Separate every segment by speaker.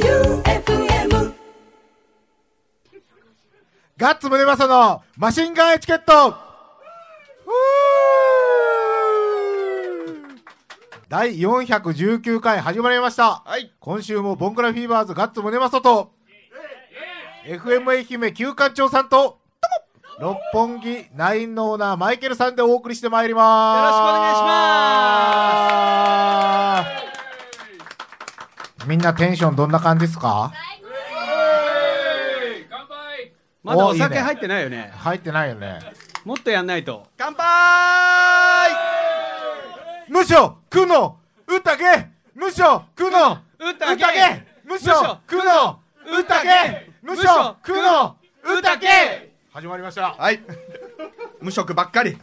Speaker 1: J-O-E-U-F-M
Speaker 2: ガッツムネマソのマシンガンエチケットふぅー第419回始まりました。
Speaker 3: はい。
Speaker 2: 今週もボンクラフィーバーズガッツムネマソと、FM 愛媛旧館長さんと、六本木ナインのオーナーマイケルさんでお送りしてまいります。
Speaker 3: よろしくお願いし
Speaker 2: ます。みんなテンションどんな感じですか
Speaker 3: まだ
Speaker 2: お
Speaker 3: お
Speaker 2: いいね
Speaker 3: 酒入ってないよね。
Speaker 2: 入ってないよね。
Speaker 3: もっとやんないと。
Speaker 4: 乾杯
Speaker 2: 無所苦の宴無所苦の
Speaker 3: 宴
Speaker 2: 無所苦の宴無所苦の宴始まりました
Speaker 4: はい。無職ばっかり。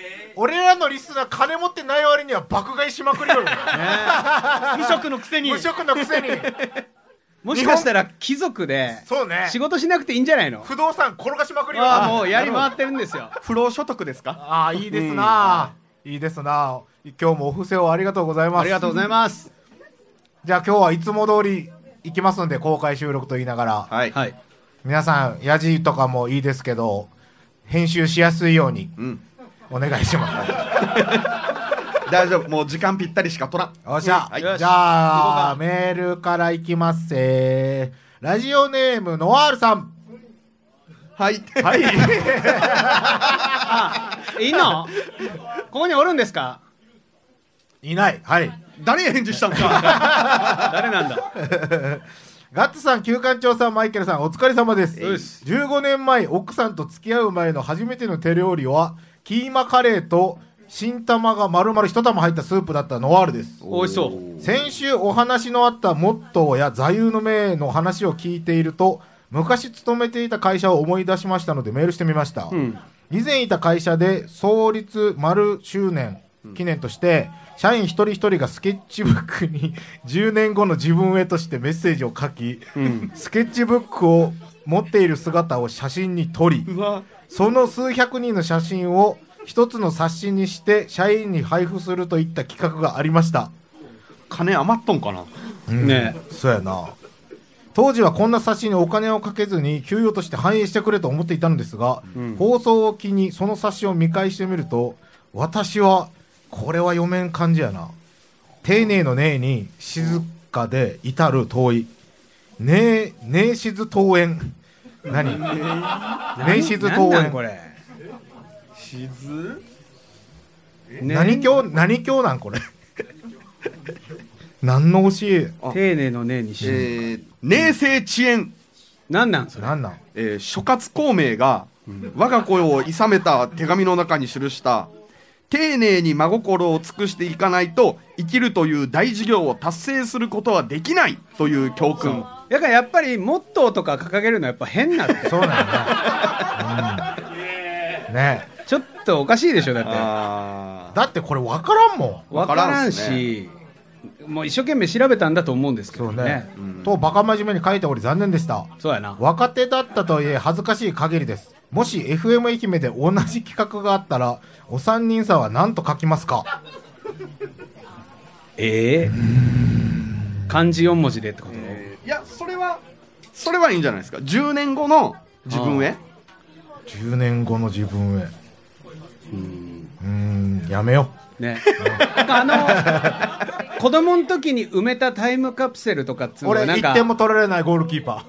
Speaker 2: 俺らのリスナー金持ってない割には爆買いしまくりよる
Speaker 3: 無職のくせ に
Speaker 2: 無。職のくせに
Speaker 3: もしかしたら貴族で、
Speaker 2: そうね
Speaker 3: 仕事しなくていいんじゃないの
Speaker 2: 不動産転がしまくりよる
Speaker 3: ああ、もうやり回ってるんですよ。
Speaker 4: 不労所得ですか
Speaker 2: ああいいですな、いいですな今日もお布施をありがとうございます
Speaker 3: ありがとうございます。
Speaker 2: じゃあ今日はいつも通り行きますんで公開収録と言いながら、
Speaker 4: はい。
Speaker 3: はい。
Speaker 2: 皆さんヤジとかもいいですけど編集しやすいように
Speaker 4: うん。
Speaker 2: お願いします。
Speaker 4: 大丈夫。もう時間ぴったりしか取らん。
Speaker 2: よっしゃ、
Speaker 4: はい
Speaker 2: じゃあ
Speaker 3: 行こうか
Speaker 2: メールからいきますせーラジオネームノワールさん
Speaker 4: はい。
Speaker 2: はい
Speaker 3: いいのここにおるんですか
Speaker 2: いないはい
Speaker 4: 誰に返事したんか。
Speaker 3: 誰なんだ
Speaker 2: ガッツさん、旧館長さん、マイケルさん、お疲れ様です。
Speaker 3: うっす
Speaker 2: 15年前、奥さんと付き合う前の初めての手料理は、キーマカレーと新玉が丸々一玉入ったスープだったノワールです。
Speaker 3: 美味しそう。
Speaker 2: 先週お話のあったモットーや座右の銘の話を聞いていると昔勤めていた会社を思い出しましたのでメールしてみました、以前いた会社で創立丸周年記念として、社員一人一人がスケッチブックに 10年後の自分へとしてメッセージを書き、スケッチブックを持っている姿を写真に撮り、
Speaker 4: うわ。
Speaker 2: その数百人の写真を一つの冊子にして社員に配布するといった企画がありました
Speaker 4: 金余っとんかな。
Speaker 3: ね
Speaker 2: そうやな当時はこんな冊子にお金をかけずに給与として反映してくれと思っていたのですが、放送を機にその冊子を見返してみると私はこれは読めん感じやな丁寧の寧に静かで至る遠い寧寧静遠縁何寧静
Speaker 3: な
Speaker 2: 遠
Speaker 3: んなん
Speaker 2: 縁
Speaker 3: これ。
Speaker 4: 静
Speaker 3: ね
Speaker 2: 何教何教なんこれ 何の教え
Speaker 3: 丁寧のねにし。
Speaker 4: えー、寧静遅延。
Speaker 3: 何なんそれ
Speaker 2: 何なん
Speaker 4: えー、諸葛孔明が我が子をいさめた手紙の中に記した丁寧に真心を尽くしていかないと生きるという大事業を達成することはできないという教訓
Speaker 3: だからやっぱりモットーとか掲げるのはやっぱ変なって。
Speaker 2: そうなんやね、うん、ねえ
Speaker 3: ちょっとおかしいでしょだって。
Speaker 4: あー
Speaker 2: だってこれ分からんも
Speaker 3: わからんし、もう一生懸命調べたんだと思うんです
Speaker 2: ん
Speaker 3: け
Speaker 2: そ
Speaker 3: ど
Speaker 2: う
Speaker 3: ね。
Speaker 2: ね
Speaker 3: そう
Speaker 2: うんとバカ真面目に書いており残念でした
Speaker 3: やな。
Speaker 2: 若手だったとはいえ恥ずかしい限りですもし FM 愛媛で同じ企画があったらお三人さんは何と書きますか
Speaker 3: ええ漢字四文字でってこと、
Speaker 4: えーいやそれはそれはいいんじゃないですか10年後の自分へ
Speaker 2: 10年後の自分へうーんやめよ
Speaker 3: ね。あ の、子供の時に埋めたタイムカプセルとかっ
Speaker 2: う
Speaker 3: つうの
Speaker 2: 俺
Speaker 3: はなん
Speaker 2: 1点
Speaker 3: か、
Speaker 2: も取られないゴールキーパ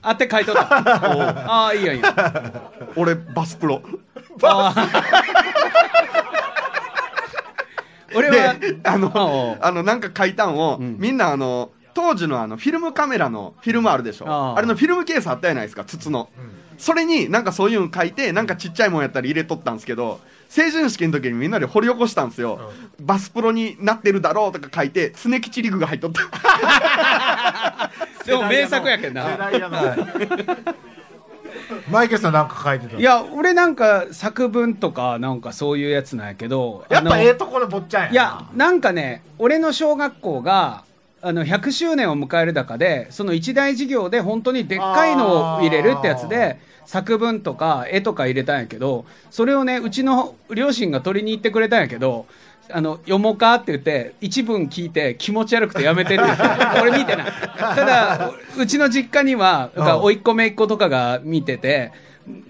Speaker 3: あって書いとった。ああ、いいよいいよ。
Speaker 4: 俺バスプロ
Speaker 3: 俺は
Speaker 4: で、あの
Speaker 3: おう
Speaker 4: あのなんか書いたんを、みんなあの当時のあのフィルムカメラのフィルムあるでしょ
Speaker 3: あ
Speaker 4: あ
Speaker 3: あ
Speaker 4: れのフィルムケースあったじゃないですか筒の、それになんかそういうの書いてなんかちっちゃいもんやったら入れとったんですけど成人式の時にみんなで掘り起こしたんですよ、バスプロになってるだろうとか書いて常吉リグが入っとった
Speaker 3: でも名作やけん
Speaker 2: ー世
Speaker 3: な。
Speaker 2: 代 やなマイケルさん何か書いてた
Speaker 3: いや、俺なんか作文とかなんかそういうやつなんやけど、
Speaker 2: やっ
Speaker 3: あ
Speaker 2: ぱ
Speaker 3: の
Speaker 2: ええとこの坊ちゃんや
Speaker 3: いや、なんかね、俺の小学校が、あの、100周年を迎える中で、その一大事業で本当にでっかいのを入れるってやつで、作文とか絵とか入れたんやけど、それをね、うちの両親が取りに行ってくれたんやけど、あの読もうかって言って一文聞いて気持ち悪くてやめてって言って 俺見てないただうちの実家にはなんか
Speaker 2: うん
Speaker 3: 甥っ子姪っ子とかが見てて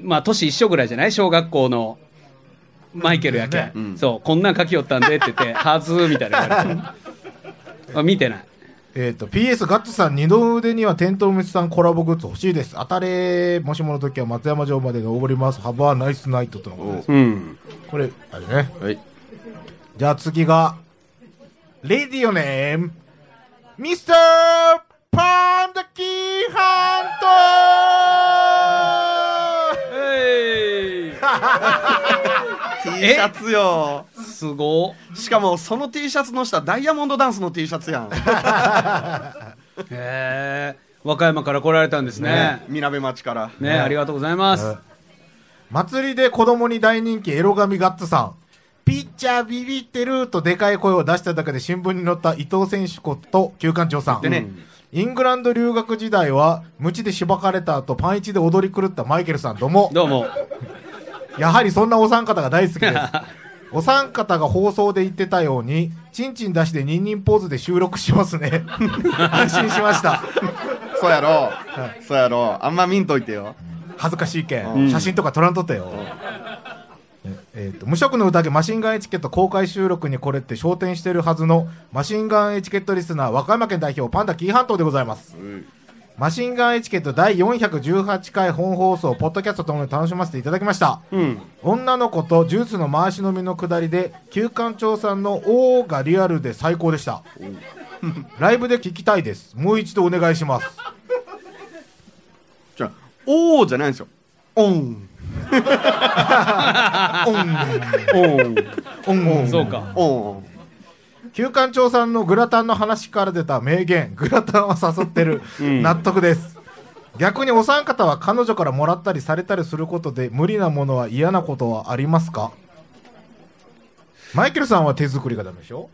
Speaker 3: まあ年一緒ぐらいじゃない小学校のマイケルやけん、
Speaker 5: うん
Speaker 3: そうこんなん書きよったんでって言って「はずー」みたいな言われてあ見てない
Speaker 2: えっと PS ガッツさん二の腕にはテントウムシさんコラボグッズ欲しいです当たれもしもの時は松山城まで登りますハバーナイスナイトとのことです
Speaker 5: うん
Speaker 2: これあれね
Speaker 5: はい
Speaker 2: じゃあ次がレディオネームミスターパンダキーハン
Speaker 5: T
Speaker 3: え
Speaker 5: シャツよ
Speaker 3: すごっ
Speaker 5: しかもその T シャツの下ダイヤモンドダンスの T シャツやん、
Speaker 3: へえ和歌山から来られたんですね
Speaker 5: みなべ町から
Speaker 3: ねありがとうございます、
Speaker 2: ト祭りで子供に大人気エロ神ガッツさんピッチャービビってるとでかい声を出しただけで新聞に載った伊藤選手こと旧館長さん
Speaker 5: でね、
Speaker 2: イングランド留学時代は、無知でしばかれた後、パンイチで踊り狂ったマイケルさん、どうも。
Speaker 3: どうも
Speaker 2: やはりそんなお三方が大好きです。お三方が放送で言ってたように、チンチン出しでニンニンポーズで収録しますね。安心しました。
Speaker 5: そうやろ、そうやろあんま見んといてよ
Speaker 2: 恥ずかしいけ。
Speaker 5: うん
Speaker 2: 写真とか撮らんとったよ。ええーと無職の宴マシンガンエチケット公開収録にこれって焦点してるはずのマシンガンエチケットリスナー和歌山県代表パンダ紀伊半島でございます。マシンガンエチケット第418回本放送、ポッドキャストともに楽しませていただきました。
Speaker 5: うん
Speaker 2: 女の子とジュースの回し飲みのくだりで、旧館長さんの「おー」がリアルで最高でした。ライブで聞きたいです。もう一度お願いします。
Speaker 5: じゃあおーじゃないんですよおん
Speaker 2: オン、
Speaker 5: おん
Speaker 2: オン、
Speaker 3: そう。か
Speaker 5: おん
Speaker 2: 旧館長さんのグラタンの話から出た名言、グラタンは誘って る。納得です。逆にお三方は彼女からもらったりされたりすることで無理なものは嫌なことはありますかマイケルさんは手作りがダメでしょ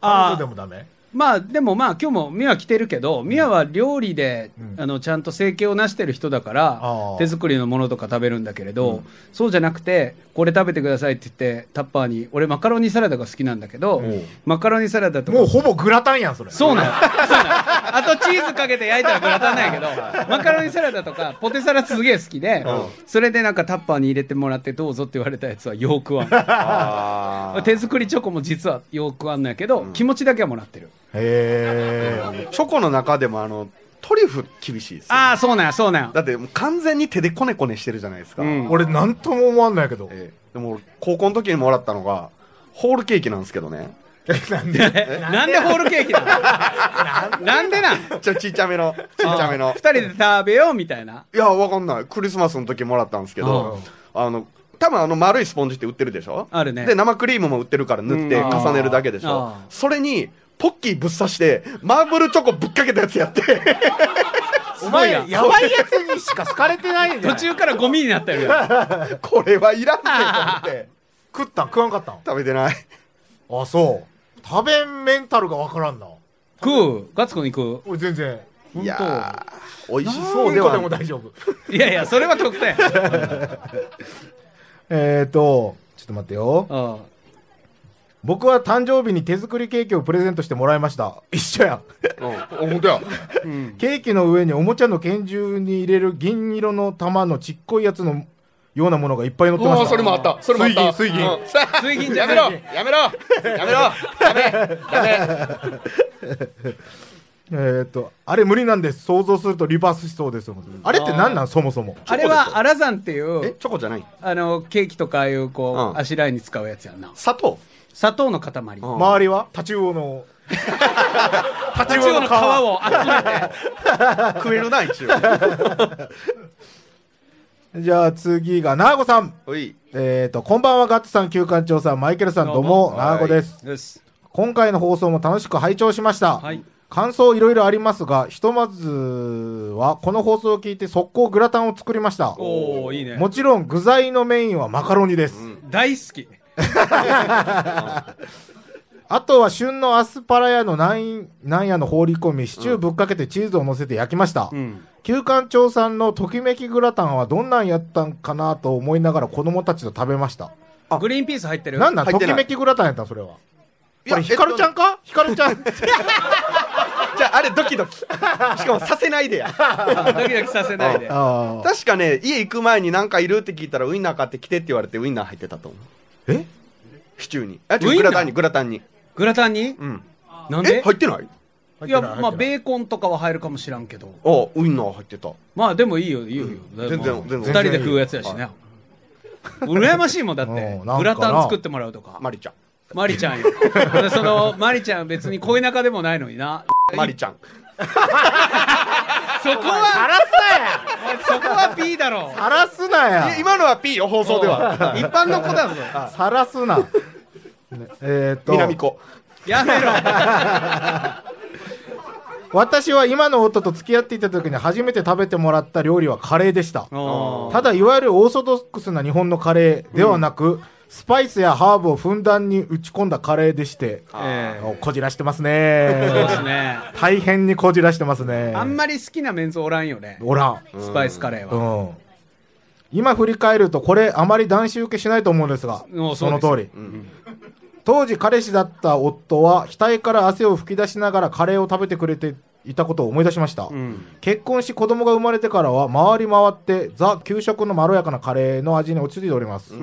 Speaker 2: 彼
Speaker 3: あ
Speaker 2: 女で
Speaker 3: ー
Speaker 2: もダメ
Speaker 3: まあでもまあ今日もミア来てるけどミアは料理で、
Speaker 2: うん
Speaker 3: あのちゃんと生計をなしてる人だから
Speaker 2: あー
Speaker 3: 手作りのものとか食べるんだけれど、そうじゃなくてこれ食べてくださいって言ってタッパーに俺マカロニサラダが好きなんだけど、
Speaker 2: ん
Speaker 3: マカロニサラダとか
Speaker 2: もうほぼグラタンやん、それ。
Speaker 3: そうなの。そうなの。あとチーズかけて焼いたらグラタンなんやけど、マカロニサラダとかポテサラすげえ好きで、それでなんかタッパーに入れてもらってどうぞって言われたやつはよくは。
Speaker 5: あー
Speaker 3: 手作りチョコも実はよくあんのやけど、気持ちだけはもらってる。
Speaker 2: へえ。
Speaker 5: チョコの中でもあのトリュフ厳しいですよ
Speaker 3: ああ、そうなんや、そうなんや。
Speaker 5: だってもう完全に手でこねこねしてるじゃないですか、
Speaker 3: うん
Speaker 2: 俺、なんとも思わんないけど。
Speaker 5: えーでも俺高校の時にもらったのがホールケーキなんですけどね
Speaker 2: なんで
Speaker 3: えなんでホールケーキなのなんでなん
Speaker 5: ちょちっちゃめのちっちゃめの
Speaker 3: 二人で食べようみたいな。
Speaker 5: いやわかんないクリスマスの時もらったんですけどあの多分あの丸いスポンジって売ってるでしょ
Speaker 3: あるね
Speaker 5: で生クリームも売ってるから塗って
Speaker 3: うんあー
Speaker 5: 重ねるだけでしょ
Speaker 3: あー
Speaker 5: それにポッキーぶっ刺してマーブルチョコぶっかけたやつやって
Speaker 2: お前、
Speaker 3: すごいな
Speaker 2: やばいやつにしか好かれてないんだ
Speaker 3: 途
Speaker 2: よ。
Speaker 3: 中からゴミになったよ。あ
Speaker 5: これはいらんねと思って
Speaker 2: 食ったん食わんかったん
Speaker 5: 食べてない
Speaker 2: あ、そう。食べんメンタルがわからんな。
Speaker 3: 食うガツコに食う
Speaker 2: 俺、全然。
Speaker 5: いやー美味し
Speaker 2: そ
Speaker 5: そうう
Speaker 2: で
Speaker 5: で
Speaker 2: は
Speaker 5: は
Speaker 2: で
Speaker 5: な
Speaker 2: も
Speaker 5: い
Speaker 2: 大丈夫。
Speaker 3: いやいや、それは極端や。
Speaker 2: えーと、ちょっと待ってよ。
Speaker 3: うん
Speaker 2: 僕は誕生日に手作りケーキをプレゼントしてもらいました。一緒やん。
Speaker 5: うん本当や
Speaker 2: ケーキの上におもちゃの拳銃に入れる銀色の玉のちっこいやつのようなものがいっぱい乗ってました。
Speaker 4: それもあったそれもあった
Speaker 2: 水銀水銀
Speaker 4: うんさあ
Speaker 3: 水銀じゃ
Speaker 4: や
Speaker 3: な
Speaker 4: め
Speaker 3: い
Speaker 4: ろやめろやめろやめやめ
Speaker 2: えーっと、あれ無理なんです。想像するとリバースしそうです。あれって何なんそもそも。
Speaker 3: あれはアラザンってい
Speaker 5: え
Speaker 3: う
Speaker 5: チョコじゃない
Speaker 3: あのケーキとかああいうこ
Speaker 5: う
Speaker 3: う、
Speaker 5: ん
Speaker 3: あしらいに使うやつやんな
Speaker 5: 砂糖
Speaker 3: 砂糖の塊
Speaker 5: ん
Speaker 2: 周りはタチウオの。タ
Speaker 3: タチウオの皮を集めて
Speaker 5: 食えるな一応
Speaker 2: じゃあ次が、ナーゴさん。
Speaker 5: おい
Speaker 2: えーっと、こんばんは、ガッツさん、旧館長さん、マイケルさん、どう
Speaker 3: どう
Speaker 2: も、ナーゴです。
Speaker 3: よし
Speaker 2: 今回の放送も楽しく拝聴しました、
Speaker 3: はい
Speaker 2: 感想いろいろありますがひとまずはこの放送を聞いて速攻グラタンを作りました
Speaker 3: おおいいね
Speaker 2: もちろん具材のメインはマカロニです、
Speaker 3: 大好き
Speaker 2: あとは旬のアスパラやのなんなんやの放り込みシチューぶっかけてチーズを乗せて焼きました、
Speaker 5: ん
Speaker 2: 旧館長さんのときめきグラタンはどんなんやったんかなと思いながら子供たちと食べました
Speaker 5: あ
Speaker 3: グリーンピース入ってる
Speaker 2: なんなん
Speaker 5: 入
Speaker 2: と
Speaker 5: って
Speaker 2: き
Speaker 5: ない
Speaker 2: めきグラタンやったんそれはこれヒカルちゃんかヒカルちゃん
Speaker 4: じゃああれドキドキしかもさせないでや
Speaker 3: ドキドキさせないで。
Speaker 2: あー
Speaker 4: 確かね家行く前に何かいるって聞いたらウインナー買ってきてって言われてウインナー入ってたと思う
Speaker 2: え
Speaker 4: シチューにあ違う
Speaker 3: ウインナー
Speaker 4: グラタンにグラタンに
Speaker 3: グラタンに
Speaker 4: うん
Speaker 3: なん
Speaker 4: え
Speaker 3: で
Speaker 4: 入ってない
Speaker 3: いや、
Speaker 2: 入ってない
Speaker 3: まあ、ベーコンとかは入るかもしらんけど。
Speaker 4: あウインナー入ってた
Speaker 3: まあ、でもいいよ、いいよ。
Speaker 4: 全
Speaker 3: ま
Speaker 4: 然
Speaker 3: あ
Speaker 4: 全然
Speaker 3: 二人で食うやつやしね。羨ましいもんだっ
Speaker 2: うん
Speaker 3: て
Speaker 2: なんか。な
Speaker 3: グラタン作ってもらうとか。
Speaker 4: マリちゃん
Speaker 3: マリ ちゃんよ。でその、マリちゃん別に恋仲でもないのにな。
Speaker 4: マリちゃん
Speaker 3: そこは、
Speaker 2: 荒らす
Speaker 3: そこは P だ
Speaker 2: な
Speaker 3: ろ
Speaker 2: や。荒らすなや
Speaker 4: い今のは P よ放送では
Speaker 3: 一般の子だぞ。
Speaker 2: さらすな。ねえーっと
Speaker 4: 南子
Speaker 3: やめろ。
Speaker 2: 私は今の夫と付き合っていた時に初めて食べてもらった料理はカレーでした。
Speaker 3: おー
Speaker 2: ただいわゆるオーソドックスな日本のカレーではなく、スパイスやハーブをふんだんに打ち込んだカレーでして、
Speaker 3: ええ
Speaker 2: おこじらしてます
Speaker 3: そうです
Speaker 2: ね。
Speaker 3: ね。
Speaker 2: 大変にこじらしてますね。
Speaker 3: あんまり好きなメンズおらんよね。
Speaker 2: おらん。
Speaker 3: スパイスカレー
Speaker 2: う
Speaker 3: は。
Speaker 2: ん。今振り返ると、これあまり男子受けしないと思うんですが
Speaker 3: うん、
Speaker 2: その
Speaker 3: そ
Speaker 2: 通
Speaker 3: う
Speaker 2: り。
Speaker 4: うん
Speaker 2: 当時彼氏だった夫は額から汗を吹き出しながらカレーを食べてくれていたことを思い出しました、
Speaker 3: ん
Speaker 2: 結婚し子供が生まれてからは回り回ってザ給食のまろやかなカレーの味に落ち着いております、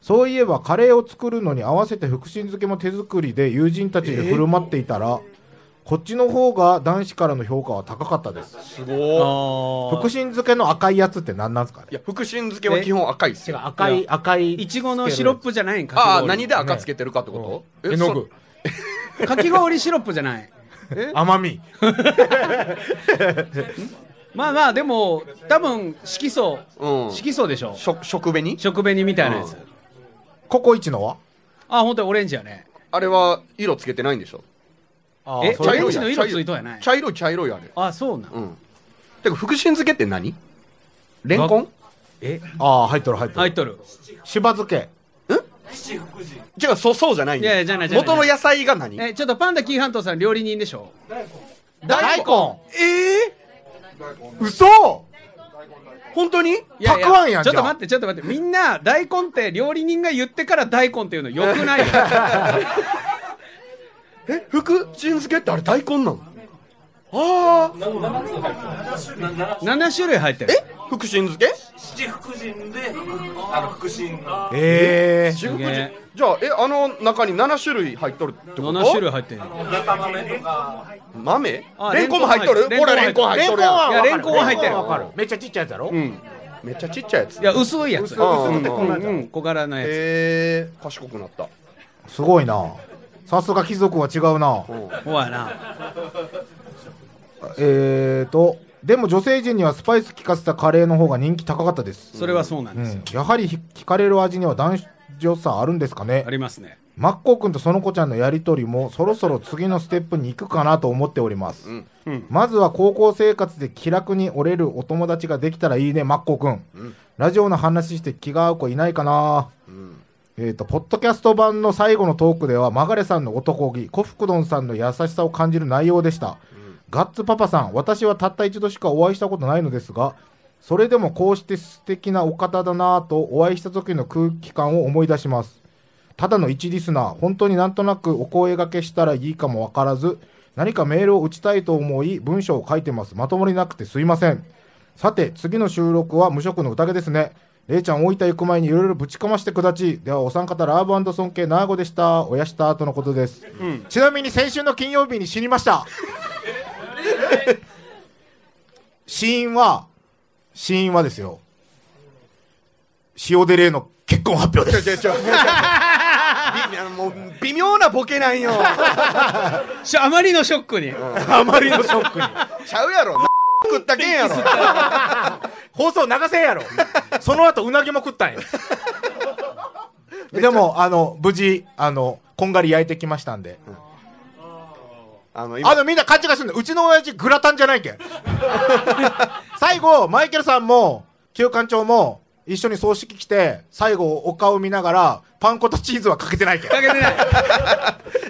Speaker 2: そういえばカレーを作るのに合わせて福神漬けも手作りで友人たちで振る舞っていたら、こっちの方が男子からの評価は高かったです
Speaker 4: すごい
Speaker 2: 福
Speaker 3: 福
Speaker 2: 神漬けの赤いやつって何なんですかね
Speaker 4: いや福神漬けは基本赤いっすよ
Speaker 2: 赤
Speaker 3: い
Speaker 2: い赤い
Speaker 3: いちごのシロップじゃないんかき
Speaker 4: ああ
Speaker 3: 氷
Speaker 4: 何で赤つけてるかってことえ
Speaker 2: 絵の具
Speaker 3: かき氷シロップじゃない
Speaker 2: 甘み
Speaker 3: まあまあでも多分色素
Speaker 4: そうん
Speaker 3: 色素でしょ
Speaker 4: 食食紅に
Speaker 3: 食紅みたいなやつ
Speaker 4: うん
Speaker 2: ココイチのは
Speaker 3: あ本当にオレンジやね
Speaker 4: あれは色つけてないんでしょ
Speaker 3: え
Speaker 4: そう
Speaker 3: オ
Speaker 4: い
Speaker 3: レン
Speaker 4: うこと
Speaker 3: ジ
Speaker 4: や
Speaker 3: の色ついとうやない
Speaker 4: 茶色い茶色いあれ
Speaker 3: あそうなん
Speaker 4: うんてか福神漬けって何レンコン
Speaker 3: え
Speaker 2: ああ入っとる入っとる
Speaker 3: 入っとる
Speaker 2: しば漬け
Speaker 4: 違うそうそうじゃないんだよ
Speaker 3: いやいやじゃないじゃない
Speaker 4: 元の野菜が何
Speaker 3: えちょっとパンダキーハントさん料理人でしょ
Speaker 2: 大根
Speaker 4: え
Speaker 2: 嘘
Speaker 4: ー、本当に
Speaker 3: いい
Speaker 2: たくあんやん
Speaker 3: ちょっ
Speaker 2: じゃあ
Speaker 3: と待ってちょっと待ってみんな大根って料理人が言ってから大根っていうのよくないよ
Speaker 4: え福神漬けってあれ大根なのああ
Speaker 3: 7種類入ってる
Speaker 4: え福神漬け
Speaker 6: 七福神で、あの、福神の。
Speaker 2: ええ
Speaker 4: 中国
Speaker 3: すげ
Speaker 4: 人
Speaker 3: え
Speaker 4: じゃあえあの中に7種類入っとるってこと
Speaker 3: 7種類入ってる
Speaker 6: 中豆とか。
Speaker 4: 豆
Speaker 3: あ
Speaker 4: レンコンも入っとる
Speaker 3: レン
Speaker 4: ほ
Speaker 3: コン
Speaker 4: ら
Speaker 3: 入っ
Speaker 4: レンコン入っとるやん
Speaker 3: いやレンコンは入ってる
Speaker 2: わかるめっちゃちっちゃいやつやろ
Speaker 4: うんめっちゃちっちゃいやつ
Speaker 3: いや薄いやつ
Speaker 4: い薄
Speaker 3: う
Speaker 4: く
Speaker 3: ん
Speaker 4: てこんなんじゃん
Speaker 3: うん小柄なやつ
Speaker 4: えー、賢くなった
Speaker 2: すごいなさすが貴族は違うな
Speaker 3: ほやな。
Speaker 2: えーとでも女性陣にはスパイス効かせたカレーの方が人気高かったです、
Speaker 3: それはそうなん
Speaker 2: う
Speaker 3: ですよ。
Speaker 2: ん、やはりひ惹かれる味には男女差あるんですかね
Speaker 3: ありますね。
Speaker 2: マッコー君とその子ちゃんのやりとりもそろそろ次のステップに行くかなと思っております、
Speaker 4: ん
Speaker 2: まずは高校生活で気楽に折れるお友達ができたらいいねマッコー君、ラジオの話して気が合う子いないかな、えっ、とポッドキャスト版の最後のトークではマガレさんの男気コフクドンさんの優しさを感じる内容でした、ガッツパパさん私はたった一度しかお会いしたことないのですがそれでもこうして素敵なお方だなぁとお会いした時の空気感を思い出しますただの一リスナー、本当になんとなくお声掛けしたらいいかもわからず、何かメールを打ちたいと思い、文章を書いてます。まともになくてすいません。さて、次の収録は無職の宴ですね。れいちゃん、大分行く前にいろいろぶちかましてくだち。では、お三方、ラーブ尊敬、ナーゴでした。おやした、とのことです。ちなみに、先週の金曜日に死にました。死因は、死因はですよ。塩デレイの結婚発表です。
Speaker 4: ちょちょ もう微妙なボケなんよ
Speaker 3: しあまりのショックに。
Speaker 2: あまりのショックに。
Speaker 4: ちゃうやろな食ったけんやろ
Speaker 2: 放送流せんやろその後うなぎも食ったんやでもあの無事あのこんがり焼いてきましたんで、
Speaker 4: あの
Speaker 2: あ
Speaker 4: 今
Speaker 2: のみんな勘違いするんだうちの親父グラタンじゃないけ ん最後マイケルさんも旧館長も一緒に葬式来て最後お顔見ながらパン粉とチーズはかけてないけん
Speaker 3: かけてない。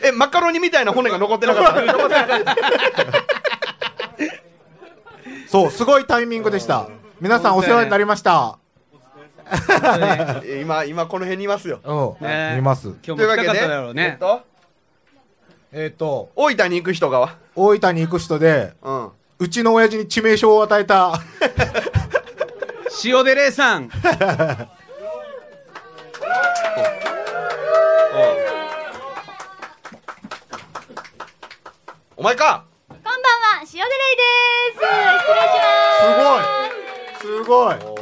Speaker 4: えマカロニみたいな骨が残ってな かった
Speaker 2: そうすごいタイミングでした皆さんお世話になりました
Speaker 4: 今今この辺にいますよ
Speaker 2: うん、
Speaker 3: ね
Speaker 2: 見ます
Speaker 3: 今
Speaker 4: と
Speaker 3: 日も
Speaker 4: いうわ
Speaker 3: 深
Speaker 4: け
Speaker 3: かっ
Speaker 4: で
Speaker 3: ただろう
Speaker 4: えっ
Speaker 3: ね。
Speaker 4: と
Speaker 2: えっ、と、
Speaker 4: 大分に行く人がは。
Speaker 2: 大分に行く人で、
Speaker 4: うん。
Speaker 2: うちの親父に致命傷を与えた、
Speaker 3: 塩出礼さん。
Speaker 4: お前か
Speaker 7: こんばんは、塩出レイです。失礼し
Speaker 2: す
Speaker 7: ます。
Speaker 2: ごいすごい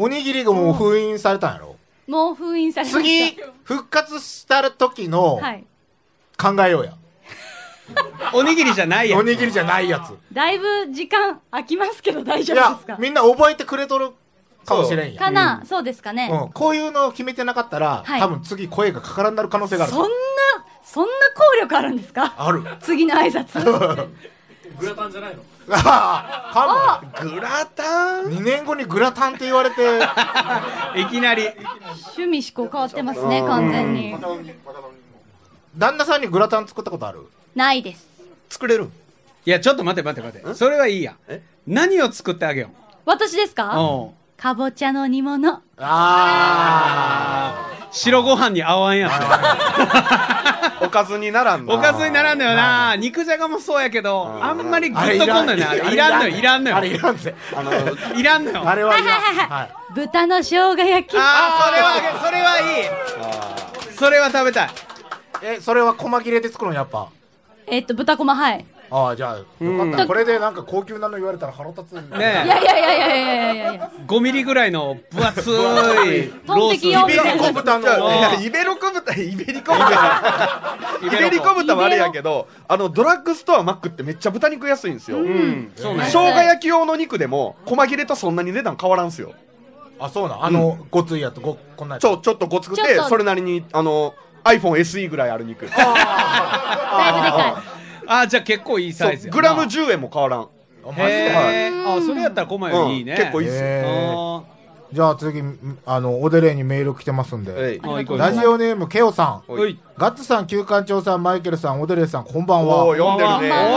Speaker 2: おにぎりがもう封印されたんやろ
Speaker 7: もう封印されま
Speaker 2: 次
Speaker 7: した。
Speaker 2: 復活した時の
Speaker 7: はい。
Speaker 2: 考えようや、
Speaker 3: おにぎりじゃないや
Speaker 2: お
Speaker 3: ん。
Speaker 2: にぎりじゃないやつ
Speaker 7: だいぶ時間空きますけど大
Speaker 2: い
Speaker 7: 丈夫
Speaker 2: や
Speaker 7: ですか
Speaker 2: みんな覚えてくれとるかもしれんや
Speaker 7: かな、そうですかね。
Speaker 2: うん、こういうのを決めてなかったら、
Speaker 7: はい
Speaker 2: 多分次声がかからんなる可能性がある
Speaker 7: そんな、そんな効力あるんですか
Speaker 2: ある
Speaker 7: 次の挨拶。
Speaker 6: グラタンじゃないの
Speaker 2: ああか
Speaker 4: グラタン
Speaker 2: も2年後にグラタンって言われ て
Speaker 3: いきなり。
Speaker 7: 趣味思考変わってますね、完全に。
Speaker 2: 旦那さんにグラタン作ったことある
Speaker 7: ないです。
Speaker 4: 作れる
Speaker 3: いや、ちょっと待って待って待って。それはいいや
Speaker 4: え。
Speaker 3: 何を作ってあげよ
Speaker 7: 私です
Speaker 3: う。
Speaker 7: か
Speaker 3: うん。
Speaker 7: かぼちゃの煮物。
Speaker 2: あ
Speaker 3: 白ご飯に合わんやつ。
Speaker 4: おかずにならんな。
Speaker 3: おかずにならんのよな。肉じゃがもそうやけど、あんまりグ
Speaker 2: あれ
Speaker 3: ッ
Speaker 2: い
Speaker 3: とこ
Speaker 2: ら
Speaker 3: ん
Speaker 2: ん
Speaker 3: のよな。いらんのよ、いらんの
Speaker 2: あれ
Speaker 3: よ。
Speaker 2: いらんぜ
Speaker 4: あの、
Speaker 3: いらんのよ。
Speaker 2: あれはいらん、はい、
Speaker 7: 豚の生姜焼き。
Speaker 3: ああ、それは、それはいい。それは食べたい。
Speaker 2: えそれは細切れで作るのやっぱ
Speaker 7: えっと、豚こま、はい。
Speaker 2: ああじゃあよかったこれでなんか高級なの言われたら腹立つ
Speaker 7: い
Speaker 3: ね
Speaker 7: やいやいやいやいやいやい
Speaker 3: え、
Speaker 7: や。
Speaker 3: 5ミリぐらいの分厚いロース。
Speaker 7: トンテキ用
Speaker 2: イベリコ豚の
Speaker 4: じゃあい
Speaker 3: あー
Speaker 4: やイベロコ豚、イベリコ豚。イベリコ豚はあれやけど、あの、ドラッグストアマックってめっちゃ豚肉安いんですよ。
Speaker 3: うん、そうね
Speaker 4: 生。姜焼き用の肉でも、細切れとそんなに値段変わらんすよ。
Speaker 2: あそうなんあの、ごついやつごこんなやつ
Speaker 4: ちょ、ちょっとごつく
Speaker 7: ち
Speaker 4: て
Speaker 7: ょっ、と
Speaker 4: それなりに、あの、iPhone SE ぐらいある肉。
Speaker 7: だいぶでか
Speaker 3: あじゃあ結構いい
Speaker 4: そ
Speaker 3: サイズ
Speaker 4: う
Speaker 3: やな
Speaker 4: グラム10円も変わらん。
Speaker 2: あマジで、はい
Speaker 3: へえ、あそれやったらコマよりいいね、
Speaker 4: うん結構いいっすよ。
Speaker 2: えー
Speaker 3: あ
Speaker 2: じゃあ次あのオデレにメール来てますんで
Speaker 4: えい
Speaker 3: ーあ行こう
Speaker 2: ラジオネームケオさん
Speaker 3: おい
Speaker 2: ガッツさん旧館長さんマイケルさんオデレさんこんばん
Speaker 4: おお、
Speaker 2: は
Speaker 4: 読んでるね。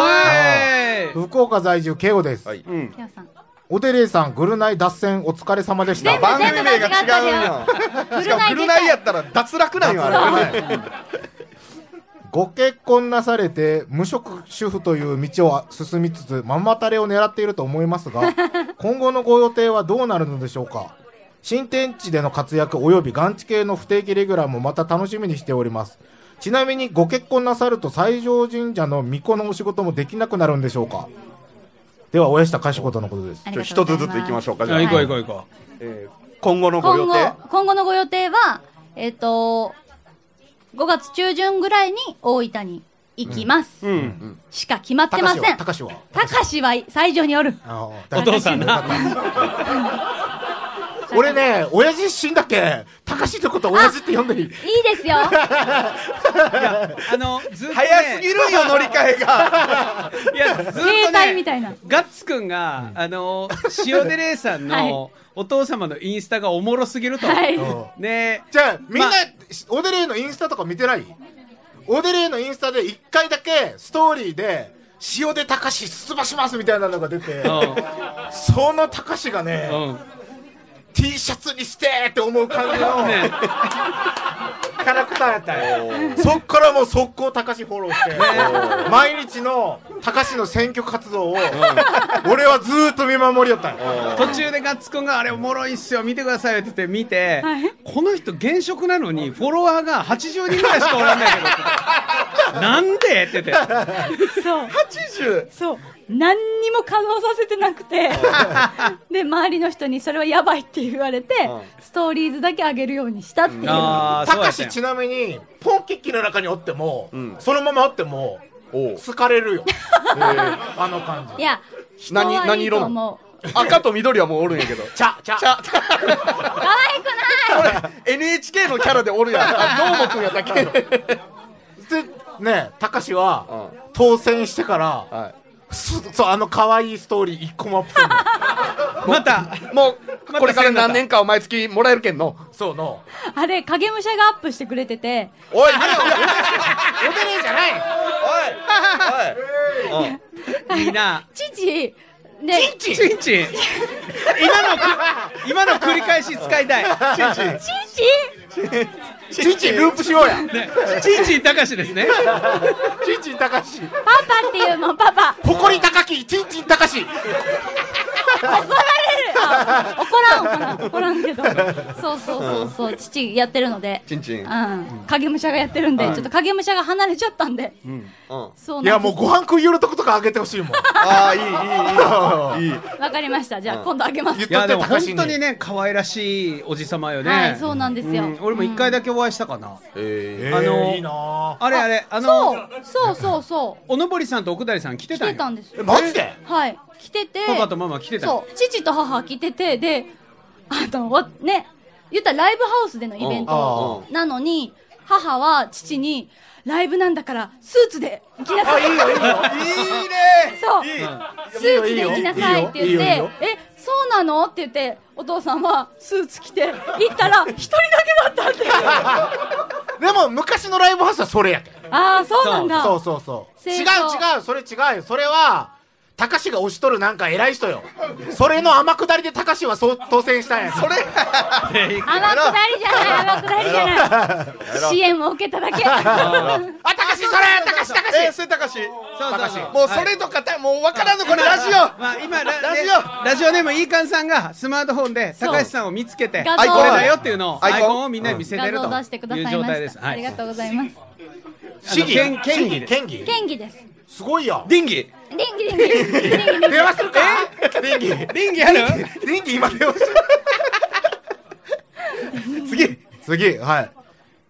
Speaker 3: ねおい
Speaker 2: 福岡在住ケオです、
Speaker 4: はい
Speaker 7: い。ケオさん。
Speaker 2: オデレさんグルナイ脱線お疲れ様でした
Speaker 7: 全部
Speaker 4: 番組名が違うんや。しかも、ぐ
Speaker 7: ぐる
Speaker 4: る
Speaker 7: な
Speaker 4: ないい
Speaker 7: や
Speaker 4: や
Speaker 7: っ
Speaker 4: ったら脱落なんよ、あれ。
Speaker 2: ご結婚なされて無職主婦という道を進みつつママタレを狙っていると思います が今後のご予定はどうなるのでしょうか新天地での活躍およびガンチ系の不定期レギュラーもまた楽しみにしておりますちなみにご結婚なさると西条神社の巫女のお仕事もできなくなるんでしょうかでは親下かしことのことです
Speaker 7: あり
Speaker 4: ちょ
Speaker 7: が
Speaker 4: 一
Speaker 7: とう
Speaker 4: つ
Speaker 7: ご
Speaker 4: ず
Speaker 7: ざ
Speaker 4: つ
Speaker 7: います
Speaker 4: 行きましょうか、
Speaker 3: じゃ
Speaker 4: じゃ
Speaker 3: あ
Speaker 4: あ。
Speaker 3: 行こう行こう行こ
Speaker 4: えー今後のご
Speaker 7: 今
Speaker 4: 予
Speaker 7: 後
Speaker 4: 定、
Speaker 7: 今後のご予定は、えっ、と、5月中旬ぐらいに大分に行きます。
Speaker 3: う、うん、
Speaker 7: しか決まってません。
Speaker 2: 高橋は
Speaker 7: たかしは最上におる。
Speaker 2: ああ
Speaker 3: お父さんな
Speaker 2: 俺ね親父死んだっけ高橋のこと親父って呼んでいい
Speaker 7: いいですよ。
Speaker 3: あのずっと、ね、
Speaker 4: 早すぎるよ、乗り換えが。
Speaker 3: いやずっと、ね、
Speaker 7: 携帯みたいな
Speaker 3: ガッツくんが、あの塩出玲さんの、
Speaker 7: はい
Speaker 3: お父様のインスタがおもろすぎると、
Speaker 7: はい。
Speaker 3: ね
Speaker 2: じゃあみんな、
Speaker 3: まあ
Speaker 2: オデレイのインスタとか見てないオデレイのインスタで1回だけストーリーで塩で高し出馬しますみたいなのが出て
Speaker 3: う
Speaker 2: その高しがね、
Speaker 3: んうん
Speaker 2: T シャツにしてって思う感じの、
Speaker 3: ね
Speaker 2: キャラクターやったよそっからもう速攻高しフォローして、毎日の高しの選挙活動を、俺はずーっと見守りよったんよ
Speaker 3: 途中でガッツくんがあれおもろいっすよ見てくださいって言って見て、この人現職なのにフォロワーが80人ぐらいしかおらんないけどなんでって言って
Speaker 7: そう。そう。何にも稼働させてなくて。で、周りの人にそれはやばいって言われて、ストーリーズだけ上げるようにしたっていう。
Speaker 3: ああそう
Speaker 2: 高
Speaker 3: やったん
Speaker 2: し
Speaker 3: や
Speaker 2: ちなみにポンキッキの中におっても、
Speaker 4: ん
Speaker 2: そのままおっても
Speaker 4: おう
Speaker 2: 好かれるよ、あの感じ
Speaker 7: いや、人
Speaker 4: 何
Speaker 7: はいいと
Speaker 4: 何
Speaker 7: 思う。
Speaker 4: 赤と緑はもうおるんや けど。
Speaker 2: 茶茶
Speaker 4: ちゃ、
Speaker 7: 可愛くない
Speaker 4: これ、NHK のキャラでおるやん。あどうもくんやった っけ。
Speaker 2: でねたかしは
Speaker 4: う
Speaker 2: 当選してから
Speaker 4: は
Speaker 2: すそうあの可愛いストーリー一個もアップするの
Speaker 3: また
Speaker 4: い。もう、
Speaker 3: た
Speaker 4: これから何年かは毎月もらえるけんの。
Speaker 2: そうの
Speaker 7: あれ、影武者がアップしてくれてて、
Speaker 4: おい、おい、
Speaker 2: モデルじゃない
Speaker 4: おい。うん
Speaker 3: いいな
Speaker 7: 父、ね、
Speaker 3: チンチン今のく今の繰り返し使いたいチンチン
Speaker 7: 父
Speaker 2: チンチンループしようや
Speaker 3: チンチンたかしですね。
Speaker 2: チンチンたかし
Speaker 7: パパっていうもんパパ
Speaker 2: 誇り高きチンチンたかし
Speaker 7: あ怒らん怒らん怒らんけどそうそうそうそう父やってるので
Speaker 4: チンチン。
Speaker 7: うん影武者がやってるんで、ちょっと影武者が離れちゃったんで、
Speaker 4: うん
Speaker 7: そう
Speaker 2: いや
Speaker 7: なんで
Speaker 2: も
Speaker 7: す
Speaker 2: うご飯食い寄るとことかあげてほしいもん
Speaker 4: ああ、いい、いい、いい。いい。
Speaker 7: わかりましたじゃあ、今度あげます
Speaker 2: 言っ
Speaker 3: い
Speaker 2: とっ
Speaker 3: や
Speaker 2: て
Speaker 3: でも
Speaker 2: 高
Speaker 3: 本
Speaker 2: 橋に
Speaker 3: 当にね可愛らしいおじさまよね。
Speaker 7: はいそうなんですよ、
Speaker 3: うん俺も一回だけお会いしたかな。
Speaker 4: え
Speaker 2: え
Speaker 3: あの
Speaker 2: ーいいな
Speaker 3: あれあれあ
Speaker 7: そ
Speaker 3: の
Speaker 7: うそうそうそう
Speaker 3: おのぼりさんと奥谷さん来て
Speaker 7: 来
Speaker 3: たんよ
Speaker 7: てたんです
Speaker 2: えマジで
Speaker 7: はい来てて
Speaker 3: パパとママ来てたんよ
Speaker 7: そう父と母来ててであのおね言ったらライブハウスでのイベントなのに母は父にライブなんだからスーツで行きなさいそうスーツで行きなさいって
Speaker 2: いいよい
Speaker 7: 言っ
Speaker 2: いよいいよ
Speaker 7: てえそうなのって言ってお父さんはスーツ着て行ったら一人だけだったっていう
Speaker 2: でも昔のライブハウスはそれやけん
Speaker 7: ああそうなんだ
Speaker 2: そうそうそう違う違
Speaker 7: 清掃
Speaker 2: うそれ違うよそれはたかしが押しとるなんか偉い人よそれの天下りでたかしはそう当選したんやそれ
Speaker 7: 天下りじゃない天下りじゃない支援を受け ただけ
Speaker 2: あたかしそれたかしたた
Speaker 4: か
Speaker 2: か
Speaker 4: し。えー、
Speaker 2: し
Speaker 4: それたかし。
Speaker 3: そうそうそう
Speaker 4: もうそれとかた、もうわからんの、これラジオ。
Speaker 3: まあ今ラ
Speaker 4: ラジ
Speaker 3: オラジオネームイーカンさんがスマートフォンで
Speaker 7: そう
Speaker 3: 高橋さんを見つけて
Speaker 7: 画
Speaker 3: あ
Speaker 7: 像
Speaker 3: これだよっていうのを
Speaker 4: アイ
Speaker 3: アイ
Speaker 4: コン
Speaker 3: コンをみんなに見せて
Speaker 7: 画
Speaker 3: る
Speaker 7: 像
Speaker 3: と
Speaker 7: を出してくだ
Speaker 3: い
Speaker 7: さ
Speaker 3: う
Speaker 7: い
Speaker 3: 状
Speaker 7: ま
Speaker 3: 態です。
Speaker 7: したありがとうございます
Speaker 2: 市議
Speaker 3: 県県議
Speaker 2: 市議県議
Speaker 7: 元気です
Speaker 2: すごいよ
Speaker 4: ディンギ。
Speaker 7: 元気元気元気 元気
Speaker 2: 電話するかリンギ
Speaker 3: リンギある？
Speaker 2: リンギ今電話してる次次はい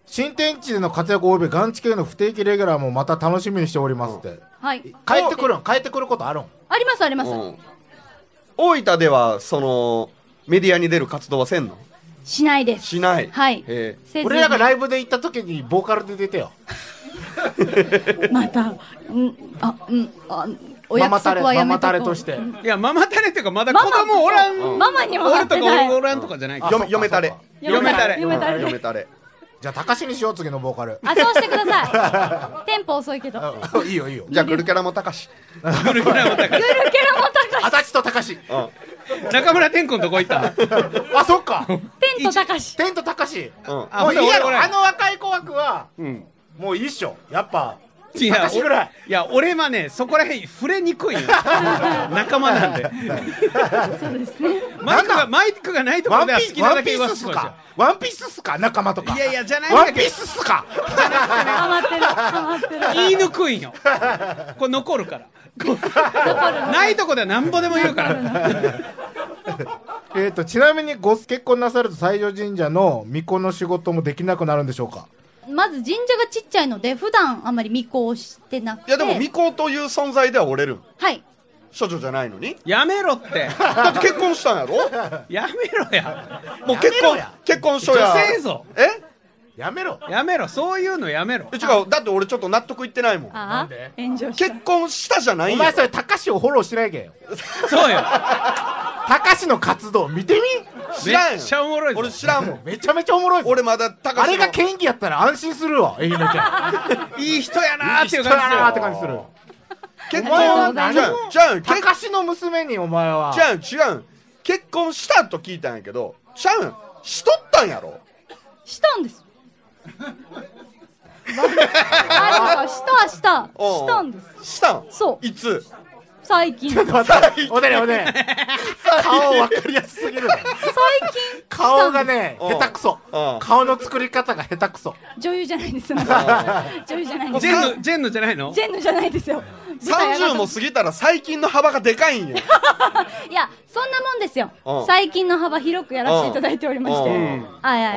Speaker 2: 新天地での活躍及びガンチ系の不定期レギュラーもまた楽しみにしておりますって
Speaker 7: はい
Speaker 2: 帰ってくるん帰ってくることあるん
Speaker 7: ありますあります、
Speaker 4: うん。大分では、その、メディアに出る活動はせんの。
Speaker 7: しないです
Speaker 4: しない。
Speaker 7: はい
Speaker 4: え
Speaker 7: せずに
Speaker 2: 俺らがライブで行った時にボーカルで出てよ
Speaker 7: またうんあうんあお
Speaker 2: ママ
Speaker 7: 約
Speaker 2: タレ
Speaker 7: 束はや
Speaker 2: マ
Speaker 7: め
Speaker 2: マタ
Speaker 7: とこ
Speaker 2: レ
Speaker 7: う
Speaker 2: として
Speaker 3: いやママタレっていうかまだ
Speaker 7: ママ
Speaker 3: 子供おらん。
Speaker 7: そうママにも
Speaker 3: お
Speaker 7: な
Speaker 3: る
Speaker 7: って
Speaker 3: と
Speaker 7: な
Speaker 3: か
Speaker 7: い
Speaker 3: おらんとかじゃないけ
Speaker 2: あ
Speaker 3: ど。
Speaker 4: よ、嫁たれ。
Speaker 3: 嫁タレ
Speaker 7: 嫁タレ
Speaker 4: 嫁たれ。
Speaker 2: じゃあ高しにしよう次のボーカル
Speaker 7: あそうしてくださいテンポ遅いけどゆる
Speaker 2: うんいいよいいよ
Speaker 4: じゃあ、グルキャラもたかし。
Speaker 3: ブルキナもだから
Speaker 7: キャラも高
Speaker 2: あ
Speaker 7: した
Speaker 2: ちと高し
Speaker 4: うん。
Speaker 3: 中村天子のとこ行 った。
Speaker 2: あそっか
Speaker 7: テント高し
Speaker 2: テント高し
Speaker 4: うん。
Speaker 3: あ
Speaker 2: もういいやろ
Speaker 3: ほら
Speaker 2: あ
Speaker 3: ほら
Speaker 2: の若い子枠は
Speaker 3: うん。
Speaker 2: もういいっしょやっぱ
Speaker 3: いや
Speaker 2: 私ぐらい
Speaker 3: おいや俺はねそこら辺触れ にくいよ仲間なんで
Speaker 7: そうですね
Speaker 3: マイクがマイクがないとこ
Speaker 2: ワン
Speaker 3: ろで
Speaker 2: ピ
Speaker 3: は
Speaker 2: ースワ
Speaker 3: 好きな
Speaker 2: ン
Speaker 3: だ
Speaker 2: ピ
Speaker 3: け言
Speaker 2: ー
Speaker 3: わ
Speaker 2: スっす
Speaker 3: せてもら
Speaker 2: かワンピースっすか仲間とか
Speaker 3: いやいやじゃないん
Speaker 2: ワ
Speaker 3: だ
Speaker 2: ンピ
Speaker 3: け
Speaker 2: ースっす か
Speaker 7: ハマってるハマってる
Speaker 3: ど言いにくいんよこれ残るからこうないとこではなんぼでも言うから
Speaker 2: えー、とちなみにご結婚なさると西条神社の巫女の仕事もできなくなるんでしょうか
Speaker 7: まず神社がちっちゃいので普段あんまり未行してなくて
Speaker 4: いや、でも、巫女という存在では折れる。
Speaker 7: はい
Speaker 4: 処女じゃないのに。
Speaker 3: やめろって
Speaker 4: だって結婚したんやろ
Speaker 3: やめろや
Speaker 4: もう結
Speaker 2: やめろ
Speaker 4: 婚
Speaker 2: や、
Speaker 4: 結婚しとや。
Speaker 3: 女性ぞ
Speaker 4: え
Speaker 2: やめろ
Speaker 3: やめろそういうのやめろ
Speaker 4: え違う、だって俺ちょっと納得いってないもん。
Speaker 7: ああ
Speaker 2: で
Speaker 7: 炎上した
Speaker 4: 結婚したじゃない
Speaker 2: お
Speaker 4: よ。
Speaker 2: 前それ高志をフォローしないけんよ
Speaker 3: そうよ
Speaker 2: 高志の活動見て
Speaker 4: 知
Speaker 3: め
Speaker 4: らん
Speaker 3: っ
Speaker 4: よ。
Speaker 3: ちゃおもろいぞ
Speaker 4: 俺知らんもん。
Speaker 2: みめちゃめちゃおもろいぞ
Speaker 4: 俺まだ高
Speaker 2: あ
Speaker 4: 志の
Speaker 2: れが県議やったら安心するわ愛媛県
Speaker 3: いい人やなーっていう
Speaker 2: 人や
Speaker 3: 感
Speaker 2: なーっ
Speaker 3: じ
Speaker 2: て
Speaker 3: で
Speaker 2: 感じする
Speaker 4: 結
Speaker 7: お前は
Speaker 4: 婚
Speaker 7: 何
Speaker 4: じゃんじゃん結
Speaker 2: 高志の娘にお前は
Speaker 4: じゃん違うん結婚したと聞いたんやけどちゃうんしとったんやろ
Speaker 7: したんです。 あ、したした
Speaker 4: おう
Speaker 7: したんです。
Speaker 4: したん
Speaker 7: そう
Speaker 4: いつ
Speaker 7: 最近最近
Speaker 2: おでれおで れ顔わかりやすすぎるな顔がね
Speaker 4: うん
Speaker 2: 下手くそ
Speaker 4: うん
Speaker 2: 顔の作り方が下手くそ
Speaker 7: 女優じゃないです。女優じゃないで
Speaker 3: ジ
Speaker 7: す。
Speaker 3: ェンヌジェンヌじゃないの
Speaker 7: ジェンヌじゃないですよ。舞台上がっ
Speaker 4: 30
Speaker 7: た
Speaker 4: も過ぎたら最近の幅がでかいんや
Speaker 7: いやそんなもんですよ
Speaker 4: うん。
Speaker 7: 最近の幅広くやらせていただいておりまして。
Speaker 4: う
Speaker 7: は
Speaker 4: ん
Speaker 7: いはいはい。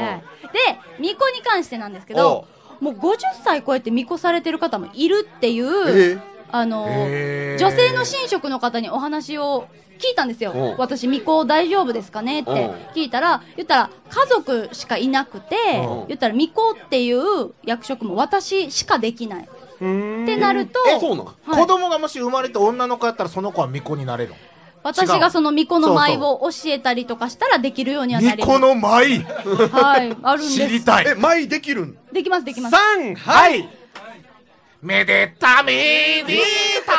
Speaker 7: で巫女に関してなんですけど、もう50歳超えて巫女されてる方もいるっていう
Speaker 4: え。
Speaker 7: あの
Speaker 2: へー
Speaker 7: 女性の神職の方にお話を聞いたんですよ
Speaker 4: うん、
Speaker 7: 私、未婚大丈夫ですかねって
Speaker 4: うん
Speaker 7: 聞いたら、言ったら、家族しかいなくて
Speaker 4: うん、
Speaker 7: 言ったら、未婚っていう役職も私しかできないってなると、
Speaker 4: えそうなん
Speaker 7: はい
Speaker 2: 子供がもし生まれて女の子やったらその子は巫女になれる
Speaker 7: 私がその巫女の舞を教えたりとかしたらできるようにはな
Speaker 2: 巫
Speaker 7: り
Speaker 2: 女
Speaker 7: ます。
Speaker 2: の舞
Speaker 7: はい、あるん
Speaker 2: 知
Speaker 7: で
Speaker 2: り
Speaker 7: す。
Speaker 2: たい
Speaker 4: え舞できるん
Speaker 7: できます、できます。
Speaker 3: 三
Speaker 2: は
Speaker 3: はい
Speaker 2: い。めでためでた